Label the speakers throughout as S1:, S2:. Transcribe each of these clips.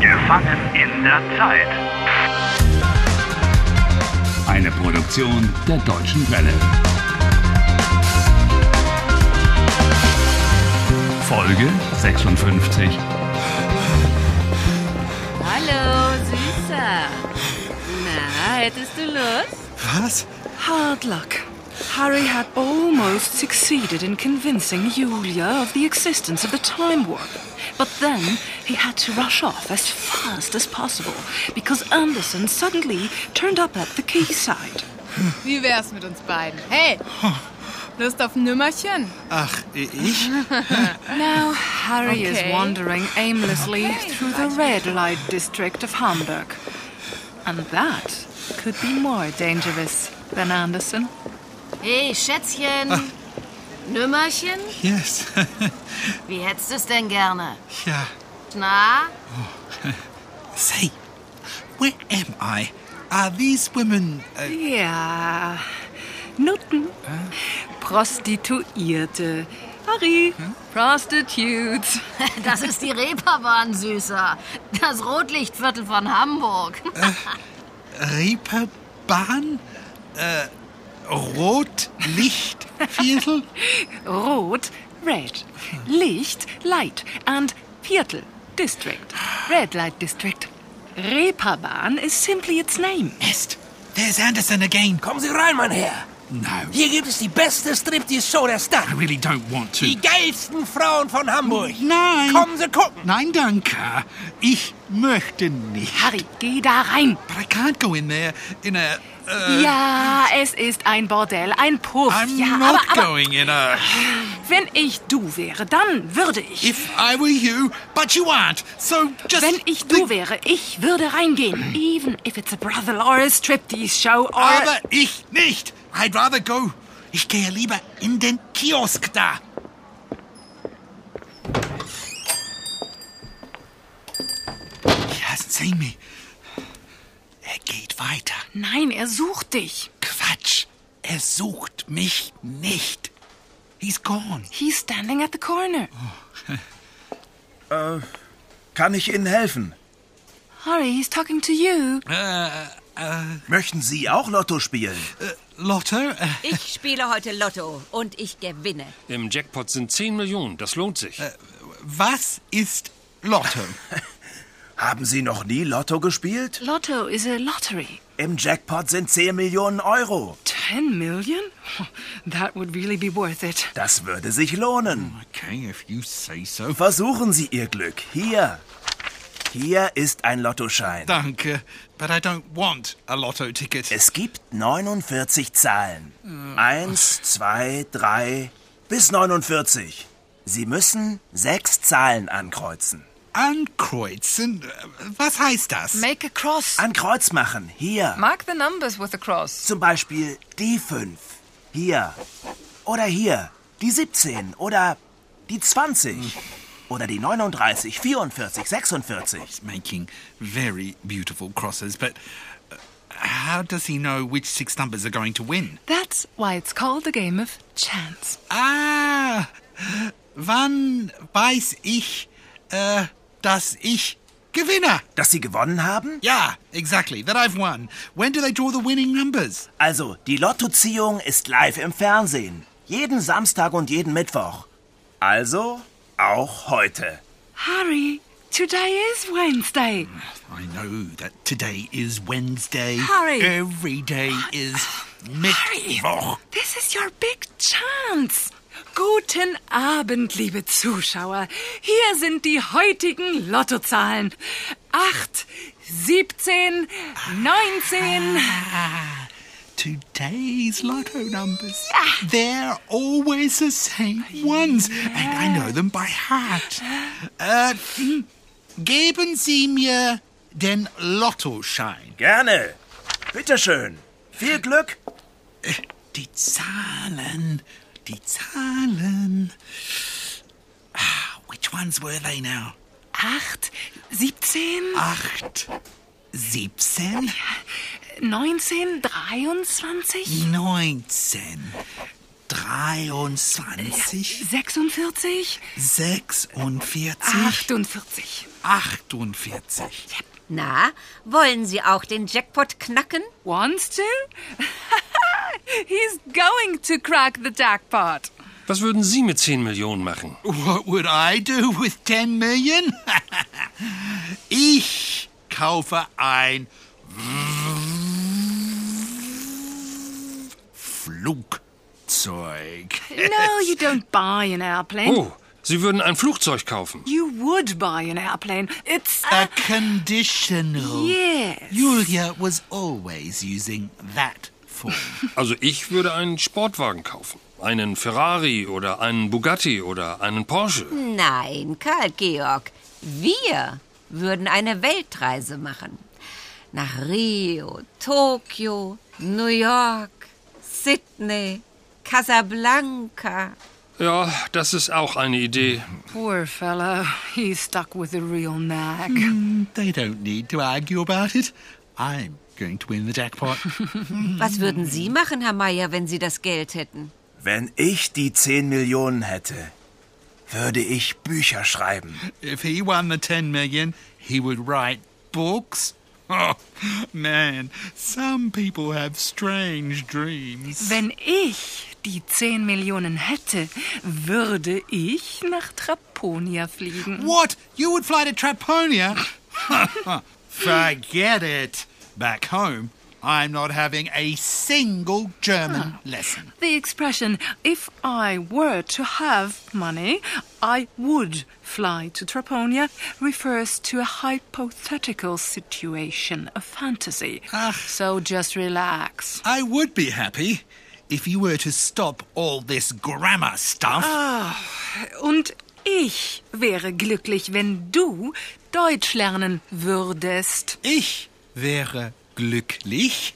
S1: Gefangen in der Zeit.
S2: Eine Produktion der Deutschen Welle. Folge 56.
S3: Hallo, Süßer. Na, hättest du Lust?
S4: Was?
S5: Hard luck. Harry had almost succeeded in convincing Julia of the existence of the time warp. But then he had to rush off as fast as possible because Anderson suddenly turned up at the quayside.
S6: Wie wär's mit uns beiden? Hey, Lust auf ein Nümmerchen?
S4: Ach, ich?
S5: Now Harry
S6: Okay.
S5: is wandering aimlessly through the red light district of Hamburg. And that could be more dangerous than Anderson.
S3: Hey, Schätzchen. Nümmerchen?
S4: Yes.
S3: Wie hättest du es denn gerne?
S4: ja.
S3: Na?
S4: Say, where am I? Are these women... Äh,
S5: Ja, Nutten. Prostituierte. Harry, Prostitutes.
S3: Das ist die Reeperbahn, Süßer. Das Rotlichtviertel von Hamburg.
S4: Reeperbahn? Äh, Rotlichtviertel?
S5: Rot, red.
S4: Hm.
S5: Licht, light. And Viertel, district. Red light district. Reeperbahn is simply its name.
S4: Mist, there's Anderson again.
S7: Kommen Sie rein, mein Herr.
S2: No,
S7: Hier gibt es die beste Striptease-Show der Stadt.
S2: I really don't want to.
S7: Die geilsten Frauen von Hamburg.
S4: Nein.
S7: Kommen Sie gucken.
S4: Nein, danke. Ich möchte nicht.
S5: Harry, geh da rein.
S4: But I can't go in there in a... Äh,
S5: Ja, es ist ein Bordell, ein Puff.
S4: I'm
S5: ja,
S4: not
S5: aber, aber
S4: going in a...
S5: wenn ich du wäre, dann würde ich.
S4: If I were you, but you aren't. So just...
S5: Wenn ich du wäre, ich würde reingehen. Even if it's a brothel or a striptease show or...
S4: Aber ich nicht. I'd rather go. Ich gehe lieber in den Kiosk da. He hasn't seen me. Er geht weiter.
S5: Nein, er sucht dich.
S4: Quatsch. Er sucht mich nicht. He's gone.
S5: He's standing at the corner.
S8: Kann ich Ihnen helfen?
S5: Harry, he's talking to you.
S8: Möchten Sie auch Lotto spielen?
S4: Lotto? Äh,
S9: Ich spiele heute Lotto und ich gewinne.
S10: Im Jackpot sind 10 Millionen, das lohnt sich.
S4: was ist Lotto?
S8: Haben Sie noch nie Lotto gespielt?
S5: Lotto is a lottery.
S8: Im Jackpot sind 10 Millionen Euro.
S5: Ten million? That would really be worth it.
S8: Das würde sich lohnen.
S4: Okay, if you say so.
S8: Versuchen Sie Ihr Glück. Hier. Hier ist ein Lottoschein.
S4: Danke, but I don't want a Lotto ticket.
S8: Es gibt 49 Zahlen. Eins, zwei, drei bis 49. Sie müssen sechs Zahlen ankreuzen.
S4: Ankreuzen? äh, Was heißt das?
S5: Make a cross.
S8: Ein Kreuz machen. Hier.
S5: Mark the numbers with a cross.
S8: Zum Beispiel die 5. Hier. Oder hier. Die 17. Oder die 20. Oder die 39, 44, 46.
S4: making very beautiful crosses, but uh, how does he know which six numbers are going to win?
S5: That's why it's called the game of chance.
S4: Ah! Wann weiß ich, äh, dass ich gewinne?
S8: Dass Sie gewonnen haben?
S4: Yeah, exactly, that I've won. When do they draw the winning numbers?
S8: Also, die Lottoziehung ist live im Fernsehen. Jeden Samstag und jeden Mittwoch. Also, auch heute.
S5: Harry, today is Wednesday.
S4: I know that today is Wednesday.
S9: Harry.
S4: Every day is Mittwoch.
S5: This is your big chance. Guten Abend, liebe Zuschauer. Hier sind die heutigen Lottozahlen. 8, 17, 19.
S4: Ah, Today's lotto numbers. They're always the same ones, and I know them by heart. Äh, hm. geben Sie mir den Lottoschein.
S8: Gerne. Bitteschön. Viel Glück.
S4: Die Zahlen, die Zahlen. Ah, which ones were they now?
S5: 8, 17,
S4: Acht, siebzehn,
S5: 19, 23.
S4: neunzehn. 23,
S5: 46?
S4: 46,
S5: 48.
S4: 48.
S9: Na, wollen Sie auch den Jackpot knacken?
S5: Wants to? He's going to crack the jackpot.
S10: Was würden Sie mit 10 Millionen machen?
S4: What would I do with 10 million? ich kaufe ein Flugzeug.
S5: No, you don't buy an airplane.
S10: Oh, Sie würden ein Flugzeug kaufen.
S5: You would buy an airplane. It's
S4: A conditional.
S5: Yes.
S4: Julia was always using that form.
S10: Also ich würde einen Sportwagen kaufen. Einen Ferrari oder einen Bugatti oder einen Porsche.
S9: Nein, Karl Georg, wir würden eine Weltreise machen. Nach Rio, Tokio, New York, Sydney, Casablanca.
S10: Ja, das ist auch eine Idee.
S5: Poor fellow. He's stuck with a real nag.
S4: they don't need to argue about it. I'm going to win the jackpot.
S9: Was würden Sie machen, Herr Meier, wenn Sie das Geld hätten?
S8: Wenn ich die 10 Millionen hätte, würde ich Bücher schreiben.
S4: if he won the 10 million, he would write books. Oh, man, some people have strange dreams.
S5: Wenn ich die 10 Millionen hätte, würde ich nach Traponia fliegen.
S4: What? You would fly to Traponia? Forget it. Back home, I'm not having a single German lesson.
S5: The expression, if I were to have money, I would fly to Traponia, refers to a hypothetical situation, a fantasy. So just relax.
S4: I would be happy if you were to stop all this grammar stuff.
S5: Und ich wäre glücklich, wenn du Deutsch lernen würdest.
S4: ich wäre glücklich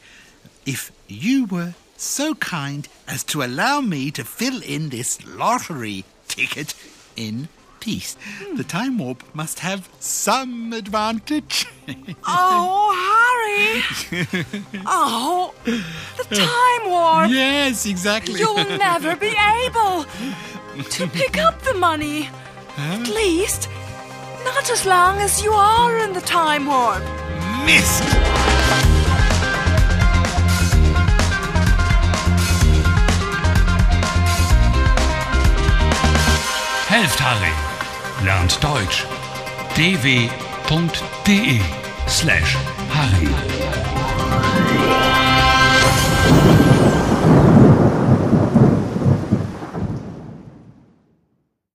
S4: if you were so kind as to allow me to fill in this lottery ticket in peace. The time warp must have some advantage.
S5: Oh, Harry! oh, the time warp!
S4: yes, exactly.
S5: You'll never be able to pick up the money. At least, not as long as you are in the time warp.
S4: missed.
S2: Helft Harry. Lernt Deutsch. dw.de slash Harry.